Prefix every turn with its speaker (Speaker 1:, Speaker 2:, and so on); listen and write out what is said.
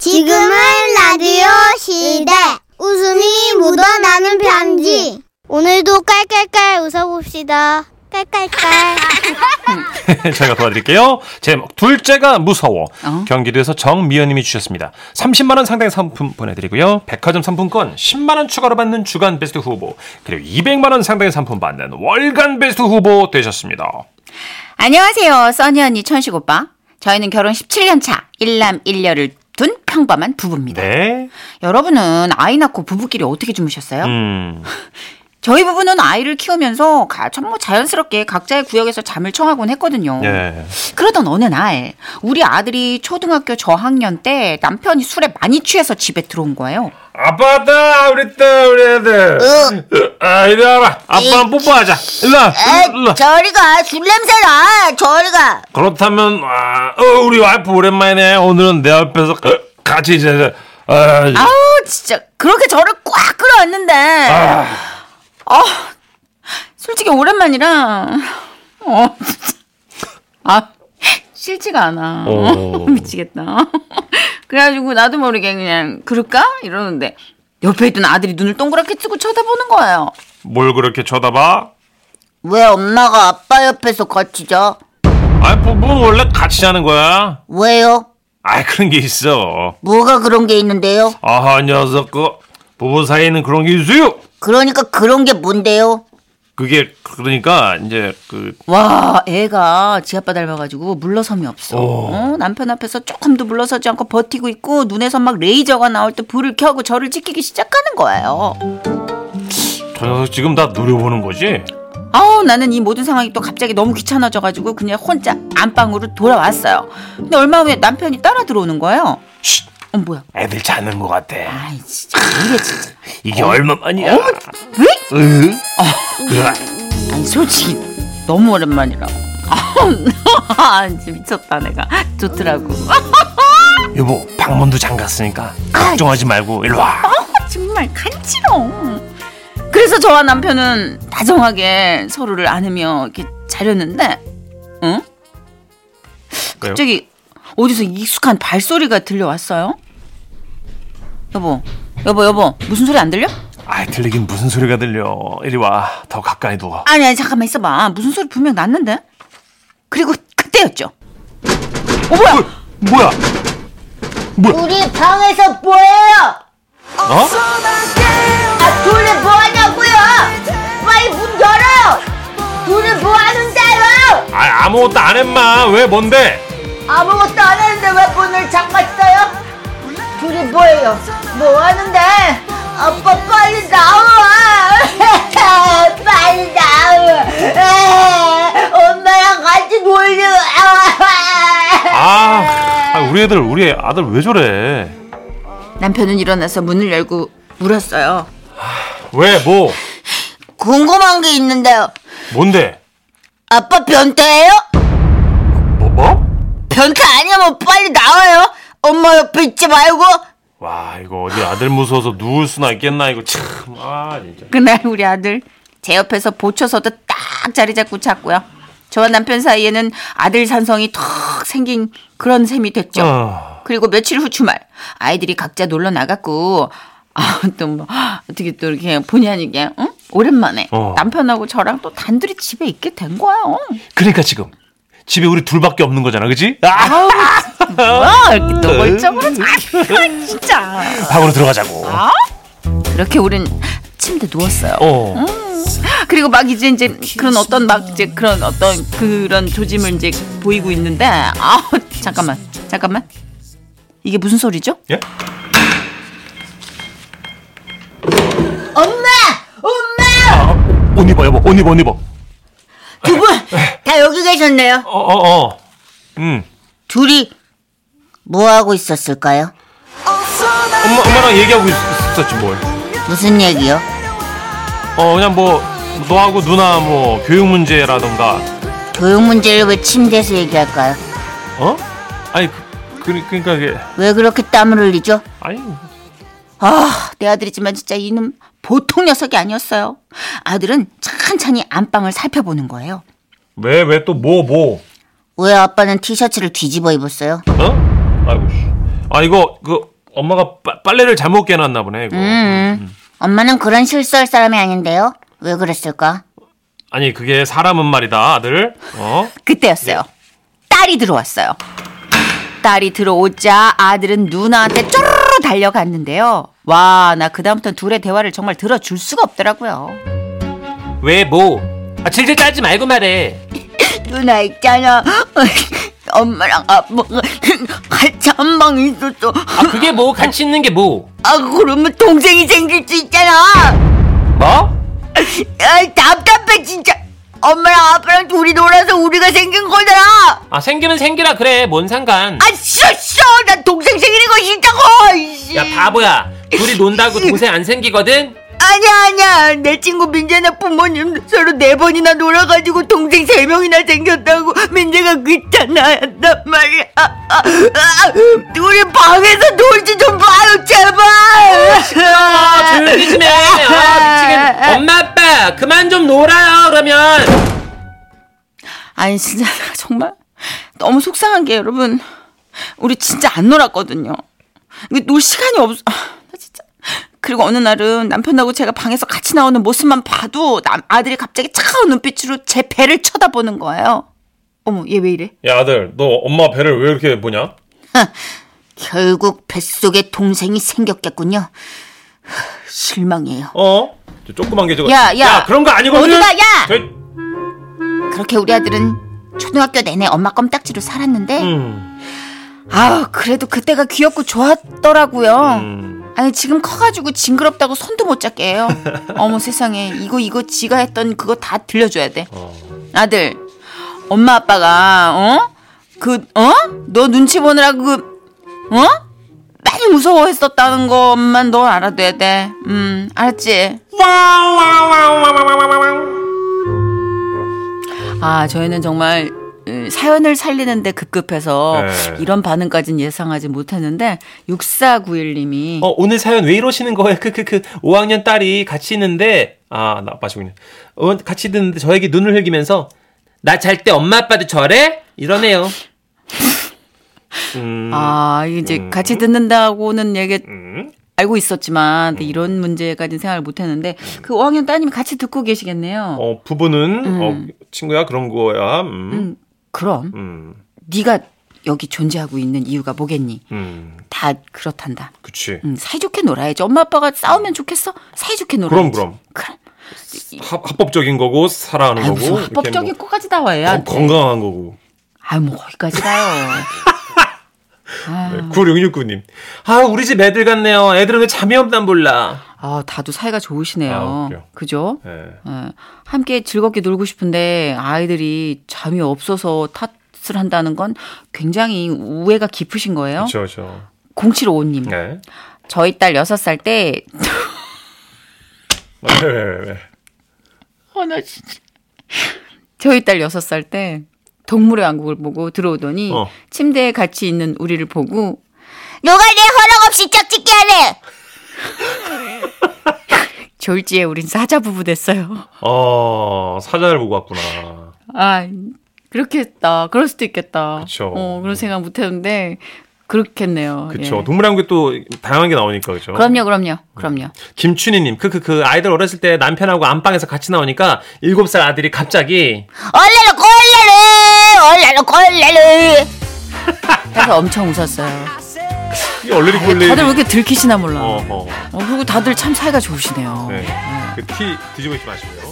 Speaker 1: 지금은 라디오 시대. 웃음이 묻어나는 편지. 오늘도 깔깔깔 웃어봅시다. 깔깔깔.
Speaker 2: 제가 도와드릴게요. 제목 둘째가 무서워.
Speaker 3: 어.
Speaker 2: 경기도에서 정미연님이 주셨습니다. 30만 원 상당의 상품 보내드리고요. 백화점 상품권 10만 원 추가로 받는 주간 베스트 후보 그리고 200만 원 상당의 상품 받는 월간 베스트 후보 되셨습니다.
Speaker 3: 안녕하세요. 써니 언니, 천식 오빠. 저희는 결혼 17년 차, 일남 일녀를 둔 평범한 부부입니다.
Speaker 2: 네.
Speaker 3: 여러분은 아이 낳고 부부끼리 어떻게 주무셨어요?
Speaker 2: 음.
Speaker 3: 저희 부부는 아이를 키우면서 가참 뭐 자연스럽게 각자의 구역에서 잠을 청하곤 했거든요.
Speaker 2: 예.
Speaker 3: 그러던 어느 날 우리 아들이 초등학교 저학년 때 남편이 술에 많이 취해서 집에 들어온 거예요.
Speaker 2: 아빠다 우리 딸 우리 애들. 아 이리 와봐. 아빠 한번 뽀뽀하자. 일로 와. 음, 일로 와.
Speaker 4: 저리가 술 냄새나 저리가
Speaker 2: 그렇다면 아, 어, 우리 와이프 오랜만이네. 오늘은 내 옆에서 같이 이제 아,
Speaker 3: 아우 진짜 그렇게 저를 꽉 끌어왔는데
Speaker 2: 아.
Speaker 3: 어, 솔직히 오랜만이라 어 진짜 아 싫지가 않아
Speaker 2: 어.
Speaker 3: 미치겠다 그래가지고 나도 모르게 그냥 그럴까 이러는데 옆에 있던 아들이 눈을 동그랗게 뜨고 쳐다보는 거예요
Speaker 2: 뭘 그렇게 쳐다봐?
Speaker 4: 왜 엄마가 아빠 옆에서 같이 자
Speaker 2: 아이 부부는 원래 같이 자는 거야.
Speaker 4: 왜요
Speaker 2: 아이 그런 게 있어.
Speaker 4: 뭐가 그런 게 있는데요
Speaker 2: 아하 녀석 그 부부 사이에는 그런 게 있어요.
Speaker 4: 그러니까 그런 게 뭔데요
Speaker 2: 그게 그러니까 이제 그
Speaker 3: 와 애가 지 아빠 닮아가지고 물러섬이 없어 어, 남편 앞에서 조금도 물러서지 않고 버티고 있고 눈에서 막 레이저가 나올 때 불을 켜고 저를 지키기 시작하는 거예요
Speaker 2: 저 녀석 지금 다 노려보는 거지.
Speaker 3: 아우 나는 이 모든 상황이 또 갑자기 너무 귀찮아져가지고 그냥 혼자 안방으로 돌아왔어요. 근데 얼마 후에 남편이 따라 들어오는 거예요.
Speaker 2: 쉿,
Speaker 3: 어 뭐야?
Speaker 2: 애들 자는 것 같아.
Speaker 3: 아이 진짜 이게 진짜.
Speaker 2: 이게
Speaker 3: 어?
Speaker 2: 얼마만이야?
Speaker 3: 왜?
Speaker 2: 으?
Speaker 3: 아.
Speaker 2: 그래.
Speaker 3: 아니 솔직히 너무 오랜만이라. 아 진짜 미쳤다 내가 좋더라고.
Speaker 2: 여보 방문도 잠갔으니까 걱정하지 말고 일로 와.
Speaker 3: 아, 정말 간지러워. 그래서 저와 남편은 다정하게 서로를 안으며 이렇게 자려는데, 응? 갑자기 어디서 익숙한 발소리가 들려왔어요? 여보, 여보, 여보, 무슨 소리 안 들려?
Speaker 2: 아이 들리긴 무슨 소리가 들려. 이리 와. 더 가까이 누워.
Speaker 3: 아니, 아니, 잠깐만 있어봐. 무슨 소리 분명 났는데? 그리고 그때였죠. 어, 뭐야?
Speaker 2: 뭐야?
Speaker 4: 우리 방에서 뭐해요
Speaker 2: 어?
Speaker 4: 아 둘이 뭐하냐고요 빨리 문 열어요 둘이 뭐 뭐하는데요
Speaker 2: 아 아무것도 안 했마. 왜 뭔데?
Speaker 4: 아무것도 안 했는데 왜 문을 잠갔어요 둘이 뭐해요 뭐하는데 아빠 빨리 나와 빨리 나와 엄마랑 같이 놀려
Speaker 2: 아, 아, 우리 애들 우리 아들 왜 저래?
Speaker 3: 남편은 일어나서 문을 열고 물었어요.
Speaker 2: 왜 뭐?
Speaker 4: 궁금한 게 있는데요
Speaker 2: 뭔데?
Speaker 4: 아빠 변태예요?
Speaker 2: 뭐 뭐?
Speaker 4: 변태
Speaker 3: 뭐
Speaker 4: 아니면 빨리 나와요 엄마 옆에 있지 말고
Speaker 2: 와 이거 어디 아들 무서워서 누울 수나 있겠나 이거 참 아 진짜.
Speaker 3: 그날 우리 아들 제 옆에서 보초서도 딱 자리 잡고 잤고요. 저와 남편 사이에는 아들 산성이 턱 생긴 그런 셈이 됐죠.
Speaker 2: 어.
Speaker 3: 그리고 며칠 후 주말 아이들이 각자 놀러 나갔고 아또뭐 어떻게 또 이렇게 본의 아니게 응? 오랜만에
Speaker 2: 어.
Speaker 3: 남편하고 저랑 또 단둘이 집에 있게 된 어? 거예요.
Speaker 2: 그러니까 지금 집에 우리 둘밖에 없는 거잖아, 그지? 아,
Speaker 3: 아우 뭐 이렇게
Speaker 2: 네.
Speaker 3: 또 멀쩡한 아, 진짜
Speaker 2: 방으로 들어가자고.
Speaker 3: 그렇게 우린 침대 누웠어요.
Speaker 2: 어.
Speaker 3: 그리고 막 이제 이제 그런 어떤 막 이제 그런 어떤 그런 조짐을 이제 보이고 있는데 아 잠깐만 잠깐만 이게 무슨 소리죠?
Speaker 2: 예?
Speaker 4: 엄마 엄마
Speaker 2: 옷 입어 여보, 옷 입어, 옷 입어.
Speaker 4: 두 분 다 여기 계셨네요.
Speaker 2: 어, 어, 어. 음.
Speaker 4: 둘이 뭐 하고 있었을까요?
Speaker 2: 엄마, 엄마랑 얘기하고 있, 있었지 뭘.
Speaker 4: 무슨 얘기요?
Speaker 2: 어, 그냥 뭐 너하고 누나 뭐 교육 문제라던가.
Speaker 4: 교육 문제를 왜 침대에서 얘기할까요?
Speaker 2: 어? 아니 그, 그 그러니까 이게
Speaker 4: 왜 그렇게 땀을 흘리죠?
Speaker 2: 아니
Speaker 3: 아, 내 아들이지만 진짜 이놈 보통 녀석이 아니었어요. 아들은 찬찬히 안방을 살펴보는 거예요.
Speaker 2: 왜 왜 또 뭐 뭐?
Speaker 4: 왜 아빠는 티셔츠를 뒤집어 입었어요?
Speaker 2: 어? 아이고 씨. 아 이거 그 엄마가 빠- 빨래를 잘못 깨놨나 보네. 이거.
Speaker 5: 음. 엄마는 그런 실수할 사람이 아닌데요. 왜 그랬을까?
Speaker 2: 아니 그게 사람은 말이다 아들. 어?
Speaker 3: 그때였어요.
Speaker 5: 네.
Speaker 3: 딸이 들어왔어요. 딸이 들어오자 아들은 누나한테 쪼르르 달려갔는데요. 와, 나 그다음부터 둘의 대화를 정말 들어줄 수가 없더라고요.
Speaker 2: 왜 뭐? 아 질질 따지 말고 말해.
Speaker 5: 누나 있잖아. 엄마랑 아빠가 같이 한 방에 있었어.
Speaker 2: 아 그게 뭐 같이 있는 게 뭐?
Speaker 5: 아 그러면 동생이 생길 수 있잖아.
Speaker 2: 뭐?
Speaker 5: 아, 답답해 진짜. 엄마랑 아빠랑 둘이 놀아서 우리가 생긴 거잖아.
Speaker 2: 아 생기면 생기라 그래 뭔 상관?
Speaker 5: 아 싫어 싫어. 난 동생 생기는 거 싫다고. 아이씨.
Speaker 2: 야 바보야 둘이 논다고 동생 안 생기거든?
Speaker 5: 아니야 아니야 내 친구 민재나 부모님 서로 네 번이나 놀아가지고 동생 세 명이나 생겼다고 민재가 귀찮아했단 말이야 아, 아, 아, 우리 방에서 놀지 좀 봐요
Speaker 2: 아
Speaker 5: 제발
Speaker 2: 조용히 좀 해. 아 미치겠네. 엄마 아빠 그만 좀 놀아요 그러면.
Speaker 3: 아니 진짜 나 정말 너무 속상한 게 여러분 우리 진짜 안 놀았거든요. 근데 놀 시간이 없. 아, 나 진짜. 그리고 어느 날은 남편하고 제가 방에서 같이 나오는 모습만 봐도 남, 아들이 갑자기 차가운 눈빛으로 제 배를 쳐다보는 거예요. 어머 얘 왜 이래?
Speaker 2: 야 아들 너 엄마 배를 왜 이렇게 보냐?
Speaker 5: 결국 뱃속에 동생이 생겼겠군요 하, 실망해요
Speaker 2: 어? 저 조그만 게 저거.
Speaker 5: 야, 야.
Speaker 2: 그런 거 아니거든.
Speaker 5: 어디가, 야!
Speaker 2: 저희-
Speaker 5: 그렇게 우리 아들은 초등학교 내내 엄마 껌딱지로 살았는데
Speaker 2: 음.
Speaker 3: 아 그래도 그때가 귀엽고 좋았더라고요.
Speaker 2: 음.
Speaker 3: 아니 지금 커가지고 징그럽다고 손도 못 잡게 해요. 어머 세상에 이거 이거 지가 했던 그거 다 들려줘야 돼.
Speaker 2: 어.
Speaker 3: 아들 엄마 아빠가 어? 어그어너 눈치 보느라 그어 많이 무서워했었다는 것만 넌 알아둬야 돼. 음 알았지? 아 저희는 정말 음, 사연을 살리는데 급급해서
Speaker 2: 네.
Speaker 3: 이런 반응까지는 예상하지 못했는데 6491님이
Speaker 2: 어, 오늘 사연 왜 이러시는 거예요? 그, 크크크. 5학년 딸이 같이 있는데, 아, 나 빠지고 있네. 어, 같이 있는데 저에게 눈을 흘기면서, 나 잘 때 엄마 아빠도 저래? 이러네요. 음,
Speaker 3: 아, 이게 이제 같이 듣는다고는 얘기
Speaker 2: 음.
Speaker 3: 알고 있었지만 근데 이런 문제까지는 생각을 못 했는데 그 5학년 따님이 같이 듣고 계시겠네요.
Speaker 2: 음. 어, 부부는, 어, 친구야, 그런 거야. 음.
Speaker 3: 음, 그럼
Speaker 2: 음.
Speaker 3: 네가 여기 존재하고 있는 이유가 뭐겠니?
Speaker 2: 음.
Speaker 3: 다 그렇단다.
Speaker 2: 그치.
Speaker 3: 음, 사이좋게 놀아야지. 엄마 아빠가 싸우면 좋겠어? 사이좋게
Speaker 2: 그럼,
Speaker 3: 놀아야지.
Speaker 2: 그럼.
Speaker 3: 그럼.
Speaker 2: 합, 법적인 거고, 사랑하는
Speaker 3: 아,
Speaker 2: 거고.
Speaker 3: 무슨
Speaker 2: 이렇게 뭐
Speaker 3: 합법적인 것까지 나와야. 네.
Speaker 2: 건- 건강한 거고.
Speaker 3: 아, 뭐 거기까지 가요. 아.
Speaker 2: 네, 9669님. 아, 우리 집 애들 같네요. 애들은 왜 잠이 없나 몰라.
Speaker 3: 아, 다들 사이가
Speaker 2: 아,
Speaker 3: 좋으시네요.
Speaker 2: 웃겨.
Speaker 3: 그죠?
Speaker 2: 예.
Speaker 3: 예, 함께 즐겁게 놀고 싶은데 아이들이 잠이 없어서 탓을 한다는 건 굉장히 우애가 깊으신 거예요.
Speaker 2: 그쵸, 그쵸.
Speaker 3: 0755님.
Speaker 2: 네.
Speaker 3: 저희 딸 6살 때,
Speaker 2: 왜, 왜, 왜, 왜.
Speaker 3: 어, 나 진짜. 저희 딸 6살 때 동물의 왕국을 보고 들어오더니
Speaker 2: 어.
Speaker 3: 침대에 같이 있는 우리를 보고
Speaker 5: 너가 내 허락 없이 짝짓기 하래
Speaker 3: 졸지에 우린 사자 부부 됐어요.
Speaker 2: 어, 사자를 보고 왔구나.
Speaker 3: 아, 그렇겠다. 그럴 수도 있겠다.
Speaker 2: 그쵸.
Speaker 3: 어, 그런 생각 못 했는데 그렇겠네요.
Speaker 2: 그쵸.
Speaker 3: 예.
Speaker 2: 동물의 왕국에 또 다양한 게 나오니까, 그쵸.
Speaker 3: 그럼요, 그럼요, 그럼요.
Speaker 2: 김춘희님, 그, 그, 그, 아이들 어렸을 때 남편하고 안방에서 같이 나오니까 일곱 살 아들이 갑자기,
Speaker 5: 얼레로 꼴레로 얼레로 꼴레로
Speaker 3: 그래서 엄청 웃었어요.
Speaker 2: 이 얼레리 꼴레.
Speaker 3: 아, 다들 왜 이렇게 들키시나 몰라.
Speaker 2: 어,
Speaker 3: 어.
Speaker 2: 어.
Speaker 3: 그리고 다들 참 사이가 좋으시네요.
Speaker 2: 네. 그 티 뒤집어 있지 마시고요.